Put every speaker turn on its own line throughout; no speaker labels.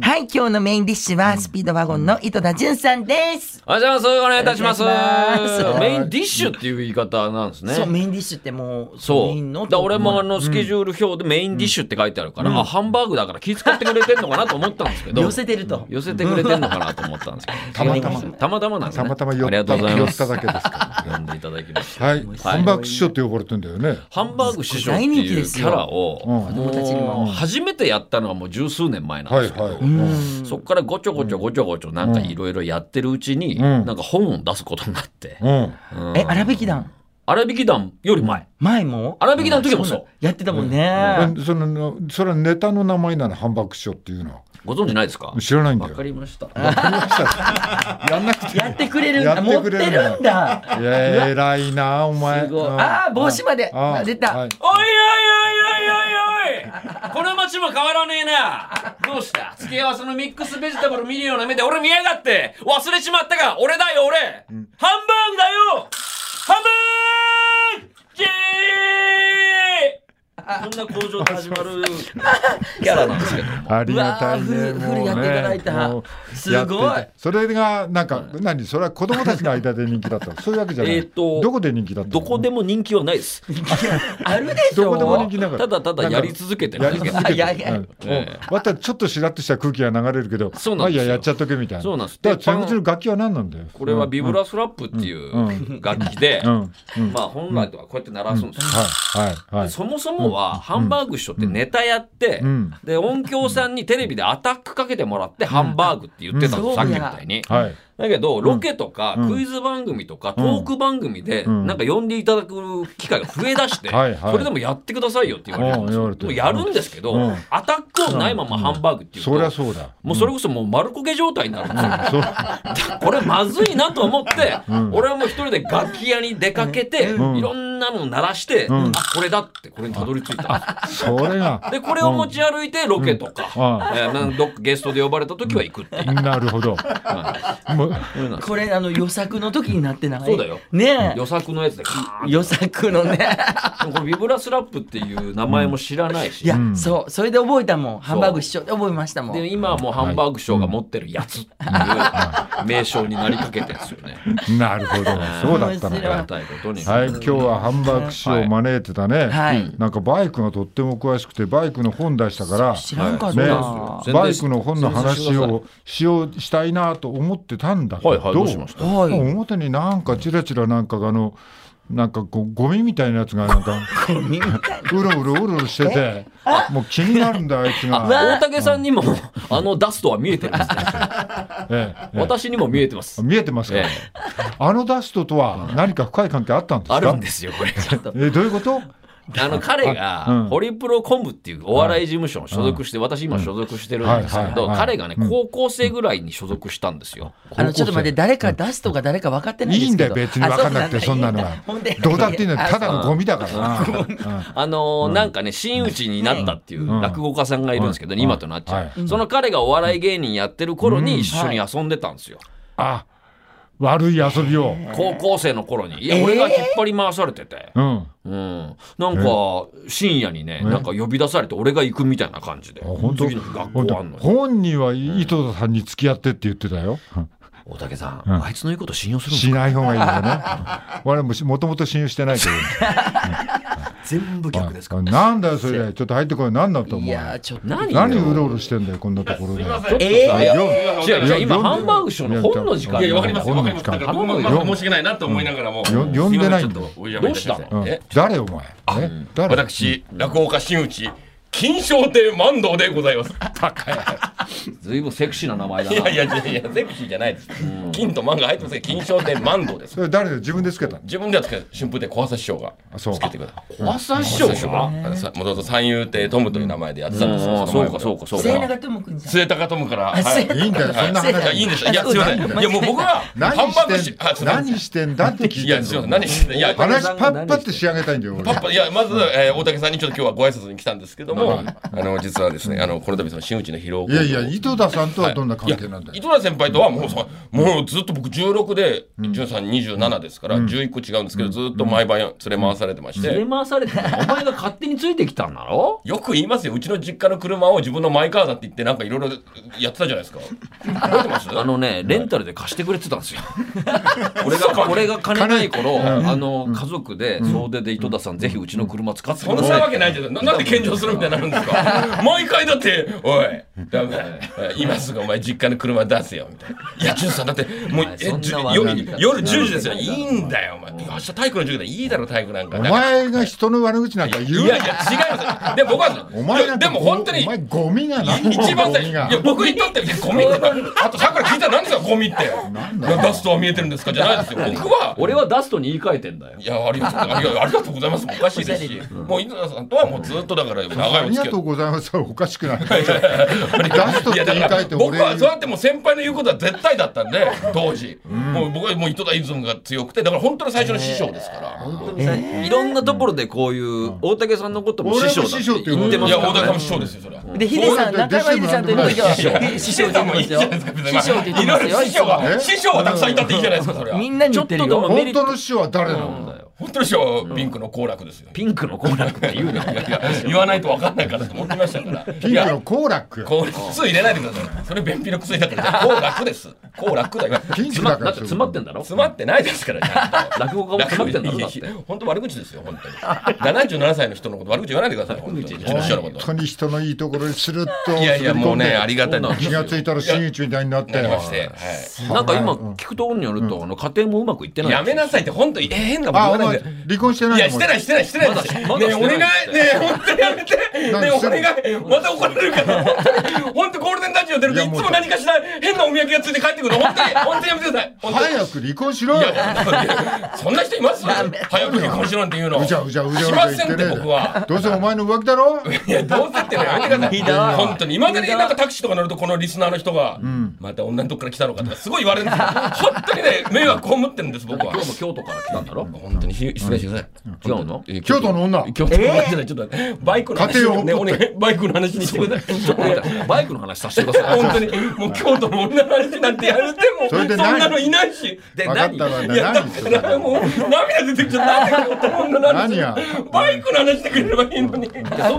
はい、今日のメインディッシュは、スピードワゴンの井戸田潤さんです。
おはようございます。お願いいたします。
お願いします
メインディッシュっていう言い方なんですね。
そう、メインディッシュってもう、
そ
メイン
う。だ
の
から俺もあのスケジュール表でメインディッシュって書いてあるから、あハンバーグだから気遣ってくれてんのかなと思ったんですけど。
寄せてると。
寄せてくれてんのかなと思ったんですけど。
たまたま
たまたまなんです
た
ね。
またま
あ
寄
りが
っ
と
た
うござい
寄
ます
った。だけで すから。
呼んでいただきました。
はい、ハンバーグ師匠って呼ばれてんだよね。
ハンバーグ師匠っていうキャラを、
うん
供
子
たちにも
もう初めてやったのはもう十数年前なん
は
で
い
すけど、
はい。
うん。
そこからごちょごちょごちょごちょなんかいろいろやってるうちに、
ん
なんか本を出すことになって、
うん。
うん
え、荒引き団
荒引き団より前
前も
荒引き団の時もそう
なんだやってたもんね。
えそのそれはネタの名前なのハンバーグ師匠っていうのは
ご存知ないですか
知らないんだ
わ
よ
か。りました
やんなくて
やってくれるん
やっ
だ。
て
持って
くれるんだ
るんだ。
いや偉いなお前。
すごい
うん
あー帽子まで
あー
出た
お
はい
いおいおいおいおいおいこの町も変わらねえなどうした付け合わせのミックスベジタブル見るような目で俺見やがって忘れちまったか俺だよ俺、ハンバーグだよハンバーグジェーこんな工場で始まる キャラなんですけども
ありがたいね。
うわーフルフル
もうね
やっていただいた
もう
すごい
やってたそれがなんか何それは子供たちの間で人気だったの。そういうわけじゃない。
えーと
どこで人気だったの？
どこでも人気はないです
あるでし
ど
ょ
こでも人気だから。
ただただやり続けてるだけ
やり続けて
いやいや
うん
ええ
またちょっとしらっとした空気が流れるけど、
そうなんですよ
まあいいややっちゃっとけみたいな。
そうなんです
だから、口の楽器は何なんだよ。
これは
うん
ビブラスラップっていう楽器で、
うんうんうん
まあ本来とはこうやって鳴らすんですよ。
はいはいはい。
そもそもはハンバーグ師匠ってネタやって、
うん
で音響さんにテレビでアタックかけてもらってハンバーグって言ってたの、
うん
さっきみたいに。
はい。
だけどロケとか
うん
クイズ番組とかトーク番組で
ん
なんか呼んでいただく機会が増えだして
はいはい
それでもやってくださいよって言われるんです
うん言わ
よ
れて
で
る
もやるんですけど
うん
アタックをないままハンバーグっていうと
そりゃそうだ。
もうそれこそもう丸焦げ状態になるんですよ
そう
これまずいなと思って、俺はもう一人で楽器屋に出かけて、
ん
いろんなの鳴らして、
ん
あこれだってこれにたどり着いた
それが。
でこれを持ち歩いてロケと
うん
か、えーなんかどっかゲストで呼ばれた時は行くっていう。
なるほど。もう
うん
これ、あの、予策の時になってない
そうだよ
ね
予作のやつでカーン
え。予策のね。
でもこれビブラスラップっていう名前も知らないし、
いや、そう、それで覚えたもん。ハンバーグ師匠で覚えましたもん。
で今はもうハンバーグ師匠が持ってるやつっていう名称になりかけてるんですよね。
なるほど。そうだった
あ
の
り
か。
がたいことに。
はい、今日はハンバーグ師匠を招いてたね、
はい
なんかバイクがとっても詳しくてバイクの本出したから
知らんかった。
ね
全然
バイクの本
全
の話
然
をしようしたいなと思ってたんだけど、
はいはいどうしました
はい
表になんかちらちらなんかがあのなんかこうゴミみたいなやつが なんかうろうろうろうろしててもう気になるんだあいつ が、
大竹さんにもあのダストは見えてるんですね。
えええ
私にも見えてます
え。見えてますか、
ええ
あのダストとは何か深い関係あったんですか
あるんですよ、これ。
えどういうこと
あの、彼
う
が、
ん
ホリプロコムっていうお笑い事務所に所属して、私今所属してるんですけ
はいはい
ど、
はい
彼がね、高校生ぐらいに所属したんですよ。
あの、ちょっと待って、誰か出すとか誰か分かってないですけど。
いいんだよ別に分かんなくて
あうだ
そんなのは
ほんで
どうだっていいの
あ
ただのゴミだからな。
あのー、なんかね、真打ちになったっていう落語家さんがいるんですけど、
うん
今となっち
は
ゃ。
いう
その彼がお笑い芸人やってる頃に一緒に遊んでたんですよ。
あ悪い遊びを。
高校生の頃に。いや、俺が引っ張り回されてて。
うん。
うん、なんか深夜にねなんか呼び出されて俺が行くみたいな感じで
本当
次の日学
本
校
当
あんのに
本人は井戸田さんに付き合ってって言ってたよ。
大竹さん、あいつの言うこと信用するんです
し
か
ない方がいいんだ ね。我々もしもともと信用してないけど。
全部逆ですか
あなんだよそれ。ちょっと入ってこい。何だと
い
思う。
や、ちょっと。
何
何うろうろしてんだよこんなところで。
え
いや
よ
違う違う今
よ
ハンバーグ師匠の本の時間
いや、わかりますよ、わ
本の
かり
時
ます。
間
だから僕もうまく申し訳ないなと思いながらも。
よ呼んでないんだ
すませちょっとおや
ど
めいうた
し
だ
た
きたい
うん
のえ
誰お前。え誰。
私、落語家真打ち、金賞亭万能でございます。
ずいぶんセクシーな名前だ
いやい
な
やいやいや、ゼクシーじゃないです。金と万が入ってますけど、金賞亭万能です。
それ誰だよ自分でつけたの。
自分ではつけた春風亭小朝師匠が
あそう
つけてください。
小朝師匠
小朝師匠が
が
あのさもともと三遊亭トムという名前でやってたんです
あ
よ
あそうかそう
か。
かそう
末
か
永智子にさん。
末高トムから。
あ
はい
末
いいんだよそんな
はいい
話
い。んですよ。いや、すいません。いや、もう僕は、ハ
何
ンバーグ
して
師
ん
あすいません
何してんだって聞い
い
て
や、
ん
すいません。
の
何していや、
話パッパって仕上げたいんだよ俺。
パパいやまず、えー大竹さんにちょっと今日はご挨拶に来たんですけども、
はい
あの実はですねあのこの度その真打ちの疲労
いやいや、井戸田さんとはどんな関係なんだよ
いや井戸田先輩とはもうさ、もうずっと僕16で、1327ですから、11個違うんですけど、ずっと毎晩連れ回されてまして。
連れ回されてたのお前が勝手についてきたんだろ
よく言いますよ。うちの実家の車を自分のマイカーだって言って、なんかいろいろやってたじゃないですか。覚えてます
あのね、レンタルで貸してくれてたんですよ。
俺がか、
俺が金ない頃、あの、家族で、総出で井戸田さん、ぜひうちの車使って
そんなわけないじゃん。ななんで献上するみたいになるんです か毎回だって、おい、ダメだ今すぐお前実家の車出せよ、みたいな。いや、淳さんだって、もう、え
そんな
じゅ
わな
夜
んだ
夜10時ですよ。いいんだよ、お前。明日体育の授業だ。いいだろ、体育なんか。
お前が人の悪口なんか
い
言う
やいや、違い
な
ます。で、僕は、
お前なん
で
か
も本当に
お、前ゴミがな
一番
ゴ
最
ミ
初
が
いや僕にとっていやゴミだあとさくら聞いたら何ですかゴミって
んだよ
ダストは見えてるんですかじゃないですよ僕は
俺はダストに言い換えてんだよ
い。やありがとういやありがとうございますもおかしいですしもう井戸田さんとはもうずっとだから長
あ
いお
り
付
が
き合
と
いう
ございますはおかしくないダストっ
い
て
やだ
言い
か
換え
ら
て
僕
俺
はそうやってもう先輩の言うことは絶対だっ たんで当時もう僕はもう井戸田イズムが強くてだから本当の最初の師匠ですから
いろんなところでこういう、大竹さんのことも師匠だって言ってま
い
す
や
か
大田
らね。
さんも師匠ですよそれは
で、ヒデさん、
そうだ
中山ヒデさんといるときは、え師匠って言ってますよ。師匠って言ってますよ。
師匠
え
は師匠はたくさんいたっていいじゃないですかそれは
みんなに言ってる
ちょっと
よ。
でもメリ
本
ット
当の師匠は誰な
なん
の
だよ
本当に師匠はピンクの好楽ですよ
ピンクのコーナーって言うな。
いや言わないと分かんないからと思ってましたから。
ピ
い
ンク
や
の好楽
こう靴入れないでください。それ便秘の薬だから。じゃあこう楽です。こう楽だよ。詰
ピンク
つまだ
だ
っ
か
て
ら
詰まってんだろ
まってないですから。ちゃんと
落語家も詰まってんだろだって
いやいや本当悪口ですよ。本当に。七十七歳の人のこと悪口言わないでください。本当にうちの師匠のこ
本当
と。
に人のいいところにスルッと
いやいやもうねありがたいな
気がついたら真打ちみたいになって
なりまして。は
なんか今聞くところによると、あの家庭もうまくいって
い
ない。
やめなさいって本当にえー変なこと
あ
言
お
わない
前
で。
離婚してない
い
の
や、してない、してない、してないです。ね
まだ
え、お願い、
して
ね
ない
え、本当にやめて。
なん
ねえ、
で
お願い、また怒られる から。本当に、ゴールデンラジオ出ると、いつも何かしら変なお土産がついて帰ってくるの。本 当に、本当にやめてください。本当に。
早く離婚しろ
い
よ
や、そんな人います早く離婚しろなんて言うの。
うじゃうじゃうじゃう
し
じ
ま
ゃ
せ
言
んっ、
っててね
僕は。
どうせお前の浮気だ ろ
いや、どうせってのやめてください。本当に。今までになんかタクシーとか乗ると、このリスナーの人が、また女のとこから来たのかとか、すごい言われるんですよ。本当にね、迷惑被ってるんです、僕は
今。日も京都から来たんだろ
本当にひ失礼してください。
違うの
え
京都の女
京都の話じゃないちょっと待ってバイクの話
家庭を
ね
送
お
って
願いバイクの話にしてください。
ちょっと待って、バイクの話させてくだ さい。
本当にもう京都の女の話なんてやるて
そ
もそ
れ
ん
で何
なのいないし。
で
分かったわ
いやだ
何
からもう涙出てきちゃった。なんで京都の女の話
何や
バイクの話してくれればいいのに。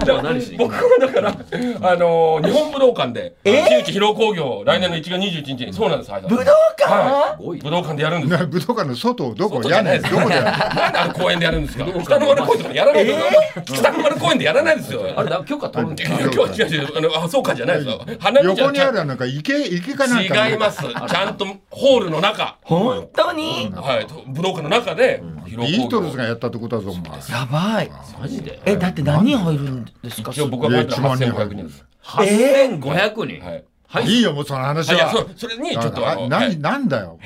度は何しに行く
僕はだからあのー日本武道館で新内広工業来年の1月21日にそうなんです。武道
武道館
すごい
武道館でやるんです。
な武道館の外どこ
外じゃ
屋
ない
根
で
ど
す
こだよ
なんであの公園でやるんですか北の丸公園とかやらないですよ、北の丸公園でやらないですよ
あれだ、許可取るんだ
今日は違う違うあのあそうかじゃないですよ花見じゃ
横にあるなんか池池かなんか
違いますちゃんとホールの中
本当に
はい武道館の中で
ビートルズ
が
がやったってことだぞお前
やばい。
マジで
え、だって何人入るんですか
一応僕は8500人です
8500人、
はい
いいよもうその話
あいや
は
そそれにちょ
だ
っとあ
か
の
ら
はい
何なんだよ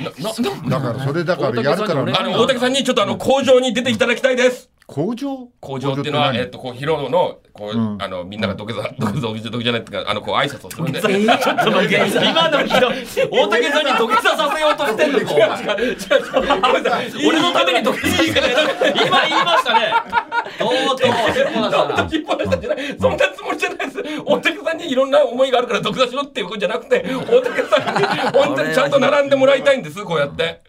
なな
だからそれだからやるから
なあ
な
の大竹さんにちょっとあの工場に出ていただきたいです
工場
工場っていうのは、
工場
え
っ
ってと、こう、披露の、こう、
うん
あの、みんなが土下座、土下座、おじ土下じゃないっていうか、あの、こう、挨拶をするん で。
えーちょっと待って
今の人大竹さんに土下座させようとしてんのかお前俺のために土下座してる今言いましたねとうとう山田さん
引っ張らしたんじゃない、そんなつもりじゃないです。大竹さんにいろんな思いがあるから、独座しろっていうことじゃなくて、大竹さんに、本当にちゃんと並んでもらいたいんです、こうやって。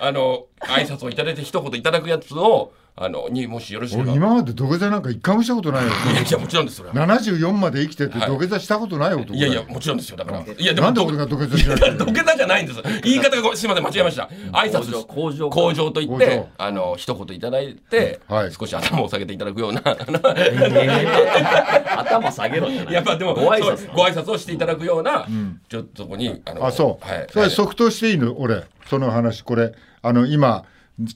あの、挨拶をいただいて、一言いただくやつを、あの、にもしよろしければ。
俺
い
今まで土下座なんか一回もしたこと ないよ
や、いや、もちろんです、それは。
74まで生きてて
はい
土下座したことない男
い
だ
や
よ
いや、もちろんですよ、だから。いや、で
な
も、
んで
ど
俺が土下座しなきゃいけ
土
ない
下座じゃないんです。言い方がご、すみません、間違えました。挨拶です
工場工場
工場と言っ
工
て
場、
あの、一言いただいて、
はい
少し頭を下げていただくような、
頭下げろじゃない
やっぱでも
ご挨拶
そうご挨拶をしていただくような、ちょっとそこにあの
あそう、
はい
それ即答していいの俺その話これあの今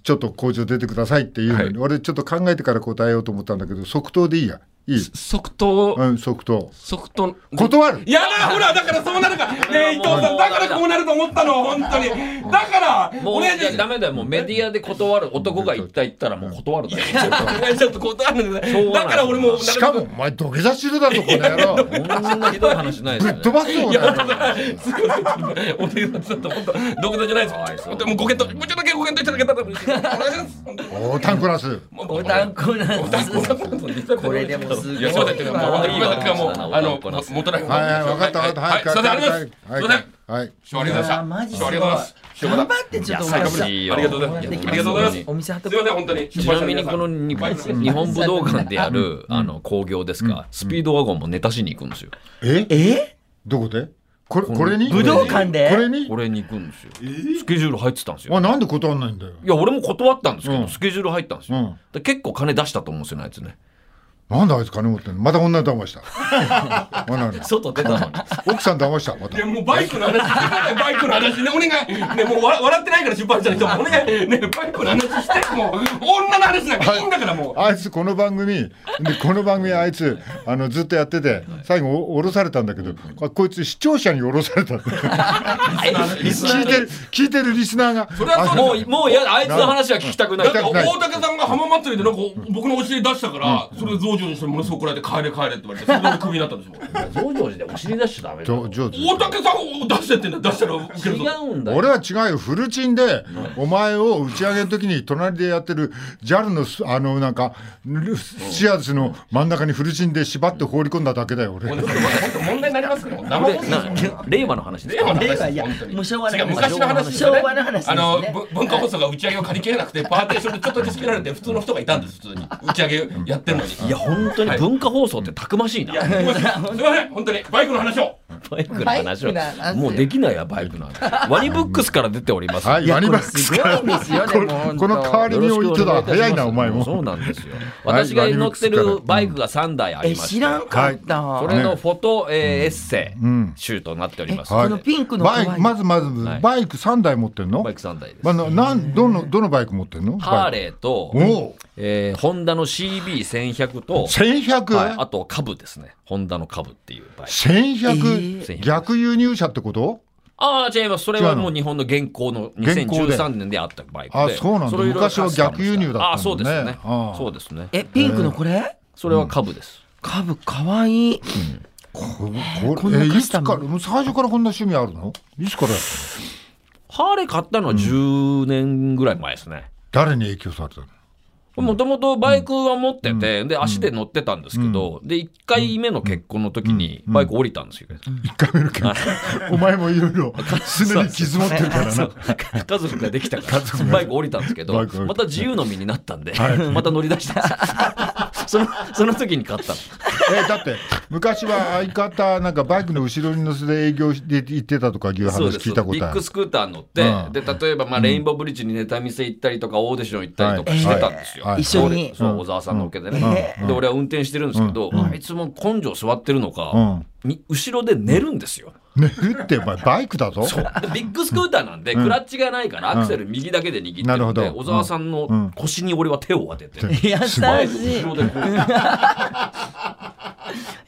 ちょっと工場出てくださいっていうのに、俺ちょっと考えてから答えようと思ったんだけど即答でいいやいい
即答
うん即答
即答
断る
やだほらだからそうなるかねえ伊藤さんだからこうなると思ったの本当にだから
も
お
う
願いし
いや
ま
ダメだよもうメディアで断る男が言った言ったらもう断るだよ
すお願い ちょっと断るんで
しょうがない
だから俺も
しかもお前土下座してるだろこの野 郎ぶ
そんなひどい話ないですよ
っ飛ばすよ俺
すごいお手伝いちょっと本当独座じゃないですでもご検討もうちょっとだけご検討いただけたら嬉しいですお願いします
おータンクラス
おたんこなん
お願いします
これでも
った
す
の。
ごい
いや、そうだけど、もう、本当に、
いいわ
僕がもう、あの、元ライフ。
はいはい、分かった分かった。
はい、すいません、ありがとうございます。す
はいい
ません。
はい。
師匠ありがとうございました。
いやマジ
師
す
匠
ごい
ありがとうございます。師匠ま
頑
た
張ってちょっとお
最
母
高
さん
で
い
すい
いよ
いよ
ありがとうございます。ありがとうございます。
お店運ぶ
すみません、本当に。
ちなみにこの日本日本武道館でやるあの興行ですか、スピードワゴンもネタしに行くんですよ。
え
え
どこでこれ、これに
武道館で
これに
俺に行くんですよ。スケジュール入ってたんですよ。
あ、なんで断んないんだよ。
いや俺も断ったんですけど、
うん
スケジュール入ったんですよ、
うん
で結構金出したと思うんですよねあいつね
なんであいつ金持ってんのまた女騙した。 あなんだ
外出たのに
奥さん騙した、また
いや。もうバイクの話してくださいバイクの話ねお願いねもう笑笑ってないから出版社の人もお願いねバイクの話してもう女の話なんかいいんだからもう
あいつこの番組でこの番組あいつあのずっとやってて最後お降ろされたんだけどここいつ視聴者に降ろされた
えリスナ
聞いて
ー
る聞いてるリスナーが
それは
あ
そう
もうもうやだあいつの話は聞きたくない
だって
聞きたくない
大竹さんが浜祭りでなんか僕のお尻出したからそれ増上にしてものすごく怒られて帰れ帰れって言われてそれで俺クビになったんですもん
増上寺でお尻出しちゃダメだ
上上手
大竹さんを出してってんだ出したら受けるぞ
うん
俺は違うよフルチンでお前を打ち上げの時に隣でやってる JAL のすあのなんかルシアーズの真ん中にフルチンで縛って放り込んだだけだよ俺
もうねこれ本当問題になりますけど生
俺
放送
な令和の話です
令和の
令和
話
い
で
や
す本当に
もう昭和の
違う昔の話です
昭
よね
和の話です
あ
ね
のぶ文化放送が打ち上げを借り切れなくてパーテーションでちょっとだけ仕切られて普通の人がいたんです普通に打ち上げやってるのに
いや本当に
はい
文化放送ってたくましいな、
いやすいませんすいません本当にバイクの話を
バイクの話
バイクの
は
話
もうできないやバイク の話ワニブックスから出ております
はいワニバックス
すごいんですよねもう本当
この代わりに言ってた早いなお前
そ
も
うなんですよ
はい
私が乗って
ワニブックス
る
から
バイクが3台あり
え
まし
知
て
らんかった、
それのフォト、えーエッセイ集となっております、
はい
このピンクの
バイ
可愛
ク
い
まずまず
はい
バイク3台持ってんの
バイク3台です、
あのなんどのどのバイク持ってんの
ハー
ー
レーと、
おお
えーホンダの CB1100 と、
1100、
はいあと株ですねホンダの株っていうバイク
1100、
えー
逆輸入車ってこと
ああ違いますそれはもう日本の現行の
現行で
2013年であったバイクで
あそうなんだ
れをいろいろ
昔は逆輸入だった
ああ
んだね
そうですよね
ああ
そうですね
えピンクのこれ
それは株です、
株かわいい
これ、
こんな
えー
カ
い
ス
つ
タ
か
ム
ら、もう最初からこんな趣味あるのいつから、
ハーレー買ったのは10年ぐらい前ですね
誰に影響されたの
もともとバイクは持ってて、で足で乗ってたんですけど、で1回目の結婚の時にバイク降りたんですよ、
一回目の結婚。 お前もいろ いろ、すでに傷持ってるからな。
家族ができたからバイク降りたんですけど
バイク降りた
また自由の身になったんで、また乗り出したんですそのその時に買ったの
えーだって、昔は相方、なんかバイクの後ろに乗せて営業で行ってたとかいう
そう
話
です
聞いたこ
ビ
と
ッ
あ
グ
る。
スクーター乗って、
うん
で例えば、まあ、レインボーブリッジにネタ見せ行ったりとかオーディション行ったりとかしてたんですよ、
はいはい
一緒に
俺そう小沢さんのおけでね、
う
で俺は運転してるんですけど、あいつも根性座ってるのか、
うん
に後ろで寝るんですよ
ね、打って、お前、バイクだぞ。
でビッグスクーターなんでクラッチがないからアクセル右だけで握ってる
なる
の
ほ
で、
ど
小沢さんの腰に俺は手を当てて、
優し
前と後ろでこう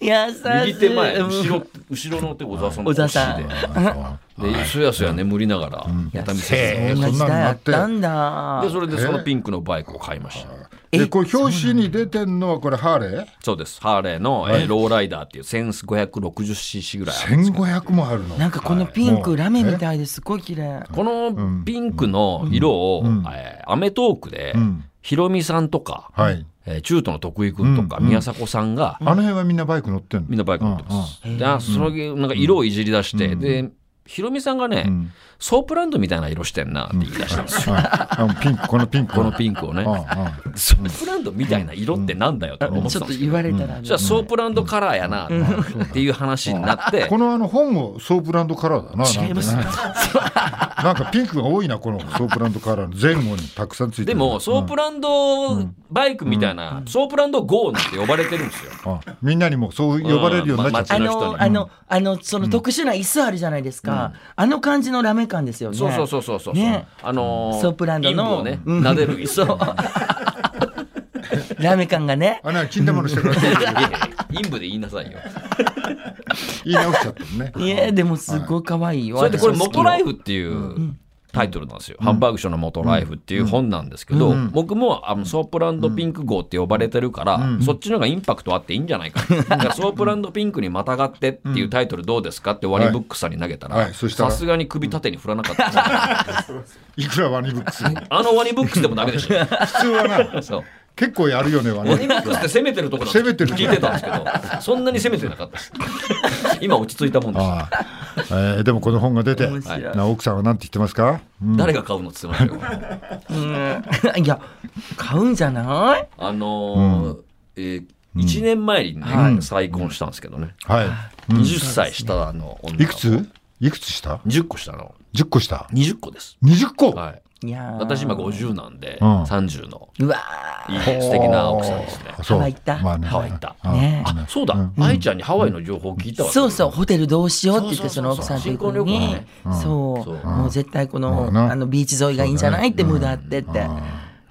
い優しい
右手前
うん
後ろ後ろの手小沢さんの
小沢
腰
さん
で
あ
でそやそや眠りながらネタ見せして
へ
そんな時代あったんだ
でそれでそのピンクのバイクを買いました
ーで、これ、表紙に出てんのは、これ、ハーレー
そうですハーレーの、えーローライダーっていう 1560cc ぐらいある
?1500 もあるの。
なんかこのピン
は
ク
い
ラメみたいですごい綺麗
このピンクの色を、えーアメトークで、
ん
ヒロミさんとか、
はい。
えー中途の徳井くんとか、宮迫さんが、
あの辺はみんなバイク乗ってんの
みんなバイク乗ってます。で、あそのなんか色をいじり出して、で、ヒロミさんがね、ソープランドみたいな色してんなって言い出したんですよ。
ああのピンク、このピンク。
このピンクをね、
あ
ソープランドみたいな色ってなんだよって
あ
思って
ち
たん
ょっ
で
と
すけ
言
ど、
われたら
じゃあソープランドカラーやなっていう話になって
あ、このあの本をソープランドカラーだな。
違います
なんかねなんかピンクが多いな、このソープランドカラーの前後にたくさんついてる。
でも、ソープランドバイクみたいな、ソープランド GO なんて呼ばれてるんですよ。
あみんなにもそう呼ばれるようになっちゃ
う
っ
あ
んま街
た。
の人に
のあのあのその特殊な椅子あるじゃないですかあの感じのラメ感ですよね
そうそうそうそうそう。
ね
あのー、
ソープランドの
陰部をね、撫でる椅子。
ラメ感がね
あなんか金玉の下から手を入れて
陰部で言いなさいよ。
言い直しちゃったのね。
いやでもすごい可愛いよ
それでこれ「モトライ
フ
フ」っていうタイトルなんですよ「ハンバーグ賞のモトライフ」っていう本なんですけど、僕もあのソープランドピンク号って呼ばれてるから、そっちの方がインパクトあっていいんじゃないかな、だからソープランドピンクにまたがってっていうタイトルどうですかってワニブックさんに投げた
はい
ら
はいそし
さ
たら
すがに首縦に振らなかったです
いくらワニブックス。
あのワニブックスでもダメでしょ
普通はな、
そう
結構やるよねはね
ネミックスって攻めてるとこだって
攻めてるとこ
聞いてたんですけどそんなに攻めてなかったです今落ち着いた もんです
ああ、えーでもこの本が出て
面白い
な奥さんは何て言ってますか、うん
誰が買うのって言ってましたよ
うんいや買うんじゃない
あのーえー1年前にね、再婚したんですけどね、
はい、うん
20歳下の女の子
いくついくつした
10個下の
10個した
20個です、
20個、
はい、
いやー
私今50なんで、
うん
30の
うわ
いい素敵な奥さんですね
あ
ハワイ行った
まあね
ハワイ行った
あ
ね
あそうだ、愛ちゃんにハワイの情報聞いたわ、
そうそうホテルどうしようって言ってそ
そ
う
そ
の
う
奥
そう
さんと行くの
新婚旅行
に
だね
そう
そう
もう絶対こ
う
の
ん
あのビーチ沿いがいいんじゃないって
そうだね
ムードあってっ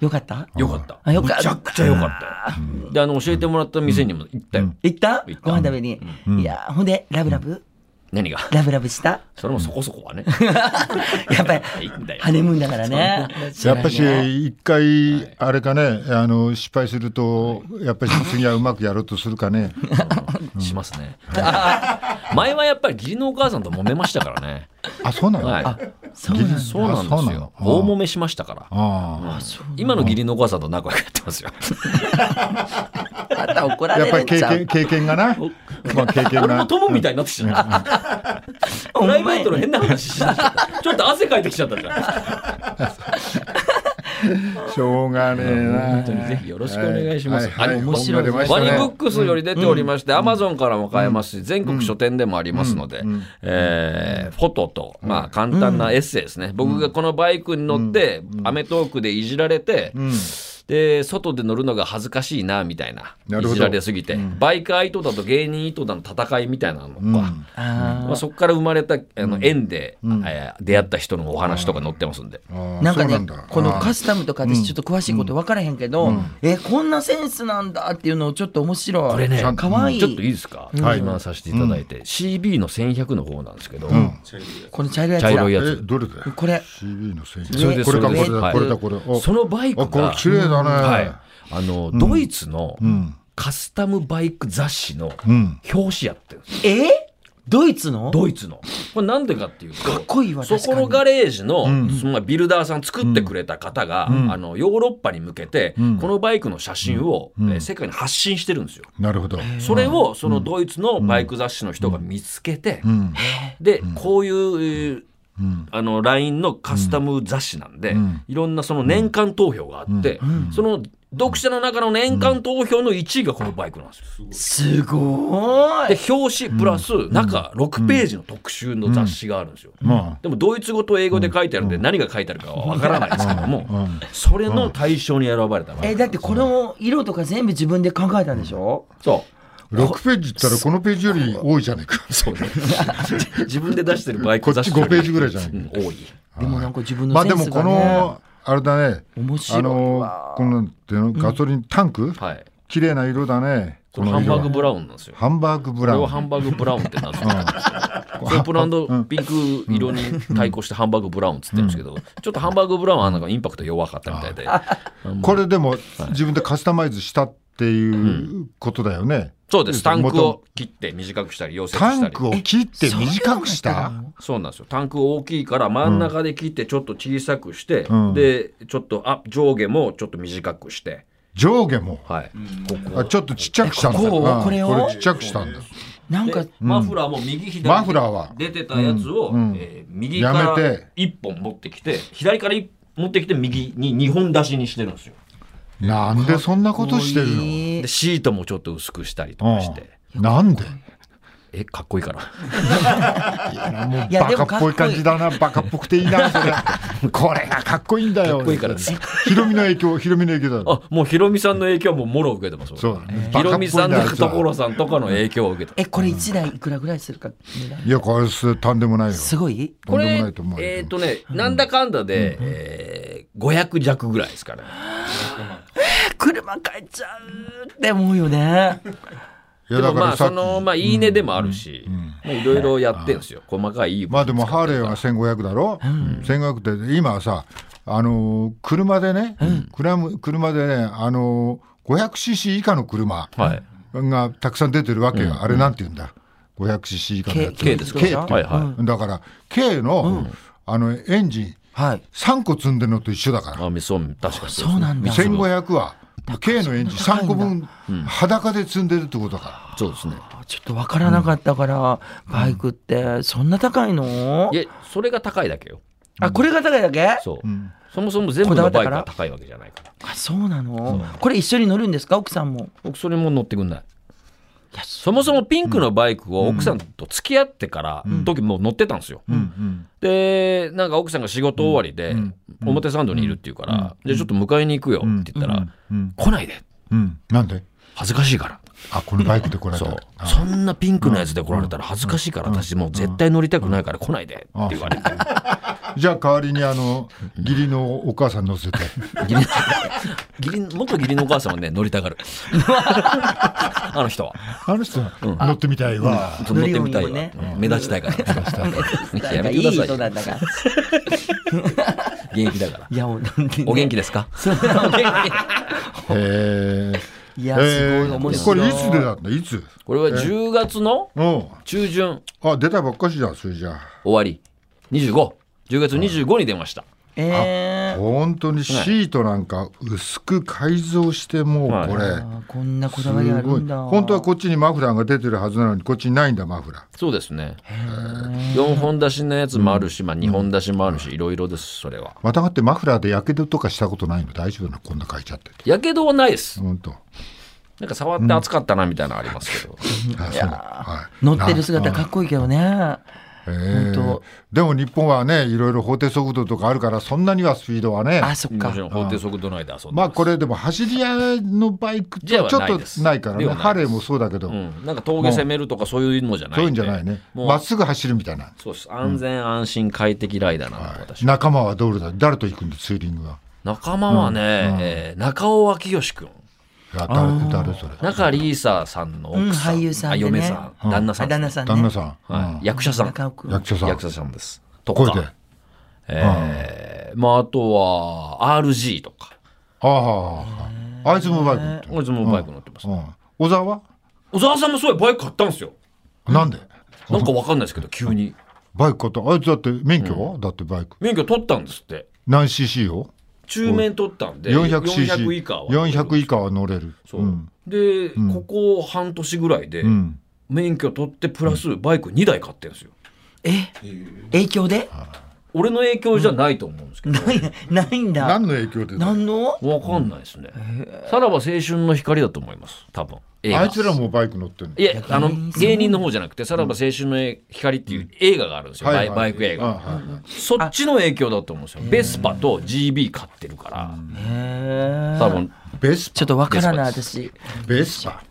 てよかった
よかった
あよかった
むちゃくちゃよかったよであの教えてもらった店にも行ったよ、
行った
行った
ご飯食べにいやーほんでラブラブ
何が
ラブラブした
それもそこそこはね
やっぱ
い
り
いんだ よ
ハネムーンだからね
やっ ぱし
ね
一回あれかねあの失敗するとやっぱり次はうまくやろうとするかね
しますね前はやっぱり義理のお母さんと揉めましたからね
あそうなの、
はい
あ
そうなんだ
そうなん
あそう
で
な
す
の
よ大揉めしましたから
あ
今の義理のお母さんと仲良くやってますよ
また怒ら
あやっ
れ
ぱ
る
り
んち
経
ゃう
験経験 がなまあ経験
俺も
が
友みたいになってきちゃった プライベートの変な話しちゃったちょっと汗かいてきちゃったじゃん
しょうがねえな
本当にぜひよろしくお願いします。
はいはい
あの
面白い
本が出ましたねワニブックスより出ておりまして、アマゾンからも買えますし、全国書店でもありますので、えーフォトと、まあ簡単なエッセイですね。僕がこのバイクに乗って、アメトークでいじられて、で、外で乗るのが恥ずかしいな、みたいな。
なるほ
い
ど
じられすぎて。バイカー井戸田と芸人井戸田の戦いみたいなの
うん
が。
あ
まあ、そこから生まれたあの縁で、えー出会った人のお話とか載ってますんで。
ああ
なんか
そう
ね
だ
この
ああ
カスタムとか私ちょっと詳しいこと分からへんけど、えこんなセンスなんだっていうのをちょっと面白い
これね
かわいい
ちょっといいですか、
はい
自慢させていただいて、CB の1100の方なんですけど、
この茶色いやつ
茶
だ
色いや
え
つ。
どれだよ
これ
CB のせい
それです
これだ
そ
こ
れで
れ
す
だ
はい
これだこれお
そのバイ
あ
ク
これ
が、
綺麗だね、
はい、あの、ドイツの
ん
カスタムバイク雑誌の
ん
表紙やってるんですよ
えドイツの
ドイツの。これなんでかっていうと、
かっこいいわ
そ
確
こ
か
の
に
ガレージの、そのビルダーさん作ってくれた方が、あのヨーロッパに向けて、このバイクの写真を、えー世界に発信してるんですよ。
なるほど
それをそのドイツのバイク雑誌の人が見つけて、で、こういうえー、あの LINE のカスタム雑誌なんで、いろんなその年間投票があって、その読者の中の年間投票の1位がこのバイクなんですよ。
すごーい
で表紙プラス中6ページの特集の雑誌があるんですよ。
ま
でもドイツ語と英語で書いてあるんで何が書いてあるかはわからないですけども、それの対象に選ばれたバイ
え
ク
だってこの色とか全部自分で考えたんでしょ
そう
あ6ページいったらこのページより多いじゃないかそう
自分で出してるバイ
こ
ク
っ
雑
ち
誌
5ページぐらいじゃない
うん多い。
でもなんか自分
ま
のセ
あで
ン
も
ス
こ
がね
のあれだね
面白
あ
い
の
わ
このてのガソリンタンク
はい。
綺麗な色だね
これハンバーグ
色
ブラウンなんですよ。
ハンバーグブ
こ
ラ
れ
ウ
を
ン
ハンバーグブラウンって名付けたんですよ。ソープランドピンク色に対抗してハンバーグブラウンっつってるんですけど、ちょっとハンバーグブラウンはなんかインパクト弱かったみたいで。
これでも自分でカスタマイズしたっていうことだよね
そうです。タンク
元
を切って短くしたり、溶接したり。
タンクを切って短くした
そうなんですよ。タンクを大きいから真ん中で切ってちょっと小さくして、
ん
で、ちょっと、あ、上下もちょっと短くして、
上下も
はい。
あちょっとちっちゃくしたんだ
えここを
うん
これを
これちっちゃくしたんだ
なん
で
か
マフラーも右左で
マフラーは
出てたやつを、
うんうん
えー右から
やめて
1本持ってきて左から一持ってきて右に2本出しにしてるんですよ
なんでそんなことしてるの
でシートもちょっと薄くしたりとかして
うんなんで
えかっこいいから
いや
バ
でも
カ
か
っ
っこ
ぽ
いい
い感じだなバカっぽくていいなそれ これがかっこいいんだよ
かっこいいからです
ヒロミの影響ヒロミの影響だ
あ
よ
もうヒロミさんの影響ももろ受けてます
そうだね
ヒロミさんと
バカ
か
っぽいな
所さんとかの影響を受けて
えこれ一台いくらぐらいするか値段
いやこれすとんでもないよ
すごい
とん
こ
で
れ
も
え
ないと思うよ
ーっとねなんだかんだで、えー500弱ぐらいですかね
車買えちゃうって思うよね
い
で
やだ
も
か
ま
ら
あ
さ
そのまあいいねでもあるしまあいろいろやってんですよ細かいいい部分
まあでもハーレーは1500だろ、1500って今はさあのー車でね、車も車でねあのー 500cc 以下の車
はい
がたくさん出てるわけよ、あれなんて言うんだ 500cc 以下のやつ
K ですか
K って
はいは
だから K の,、あのエンジン
はい
3個積んでるのと一緒だから
あみそう確かに
そうなんだ
1500は K のエンジン3個分裸で積んでるってことだから。
そうですね
あちょっと分からなかったから、バイクってそんな高いの
いやそれが高いだけよ
あこれが高いだけ
そう、
ん
そもそも全部
こだわ
の
った
バイ
か
ク
ら
が高いわけじゃないから
あそうなのこれ一緒に乗るんですか奥さんも
僕それも乗ってくんないそもそもピンクのバイクを奥さんと付き合ってから、時もう乗ってたんですよ、
うん
でなんか奥さんが仕事終わりで表参道にいるっていうから、でちょっと迎えに行くよって言ったら、
うん
来ないで
うん、なんで
恥ずかしいから
あこのバイクで来られた
そ
ら
う
あ
そんなピンクのやつで来られたら恥ずかしいから私もう絶対乗りたくないから来ないでって言われて
じゃあ代わりにあの義理のお母さん乗せて
義理義理元義理のお母さんはね乗りたがる あの人は
あの人は乗ってみたいわ、
乗ってみたい
乗り降りも
わ、
ね
うん目立ちたいから やめ
い
て
い
くだ
人
さ
ないんだから
現役だから
いやお
お元気
で
です か
へえ
いやすごい面白い、
これいつ出たんだいつ
これは10月の
うん
中旬
あ出たばっかしじゃんそれじゃ
終わり2510月25に出ました
あ
えー
本当にシートなんか薄く改造してもう
はい
これ、
あこんなこ
す
だわりある
ごい
んだ
本当はこっちにマフラーが出てるはずなのにこっちにないんだマフラ
そうですね4本出しのやつもあるし、まあ、2本出しもあるしいろいろですそれは
ーまたがってマフラーでやけどとかしたことないの大丈夫なのこんな書いちゃってて
やけどはないです
本当
なんか触って熱かったなみたいなのありますけど、
あ そうは
乗ってる姿かっこいいけどね
いえー
本
でも日本はねいろいろ法定速度とかあるからそんなにはスピードはね
あそっ
も
か
ちろん法定速度内で遊んで
まあ
ます、
これでも走り屋のバイクとち
じゃ
ょっ
あ
と
ないです
ないからね
ではないです
ハレーもそうだけど、
うん、なんか峠攻めるとかそういうのじゃない
そういうん
で
じゃないね
もう
まっすぐ走るみたいな
そうです安全安心快適ライダーなの、私は
仲間はどれだ誰と行くんだツーリングは
仲間はね、えー中尾明義君
いや誰誰それ
中里依紗さんの奥さ
う
ん,、
ん俳優さん
あ
でね
嫁さん、旦那さ
あ
ん、
旦那さんね
旦那さん、
はい役者さん
中尾君
役者さん
役者さんですと
うん、声で
か、えーまあ、あとは RG とか
ああああいつもバイク乗ってる
俺もバイク乗ってます、
うん小沢は
小沢さんもそういうバイク買ったんですよ
なんで
なんかわかんないですけど急に
バイク買ったあいつだって免許は、だってバイク
免許取ったんですって
何 cc を
中面取ったんで
400cc
400以下は
400以下は乗れる
そう、
ん
で、ここ半年ぐらいで、
うん、
免許取ってプラスバイク2台買ってるんですよ
え影響で
俺の影響じゃないと思うんですけど、
ないんだ
何の影響でだよ
何の
わかんないですね、さらば青春の光だと思います多分映画
あいつらもバイク乗ってるの
いやあの芸人の方じゃなくてさらば青春の光っていう映画があるんですよ、バイバイク映画、
あはいはい
そっちの影響だと思うんですよベスパと GB 買ってるから、
へ
多
ー
分
ベス
ちょっとわからない私
ベスパ、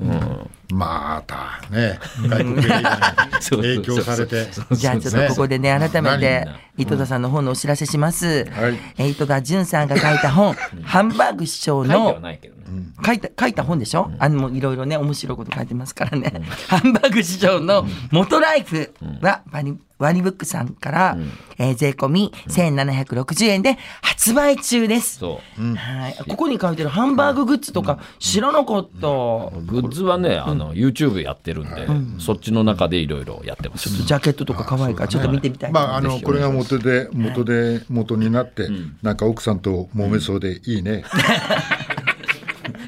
またね外国映
そう
画に影響されて
じゃあちょっとここでね改めて
何
井戸田さんの本のお知らせします、
はい
えー井戸田潤さんが書いた本「ハンバーグ師匠
書いては
の
ないけどね、」
書いた書いた本でしょ、あのもういろいろね面白いこと書いてますからね、ハンバーグ師匠の「元ライフ」はワニワニブックさんから、えー税込み1760円で発売中です、
そ
はいここに書いてるハンバーググッズとか知らなかった、
うグッズはねあの YouTube やってるんで、そっちの中でいろいろやってます、
ジャケットとか可愛いからちょっと見てみたいな、
まああのこれが元で元で元になってなんか奥さんと揉めそうでいいね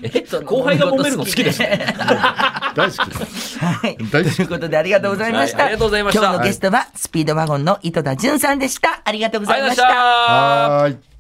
え後輩が揉めるの好きですね
大好きだ
はい。と
大好き
いうことでありがとうございました。
はいありがとうございました
今日のゲストはスピードワゴンの井戸田潤さんでした。ありがとうございました。
ありがとうございました
はーい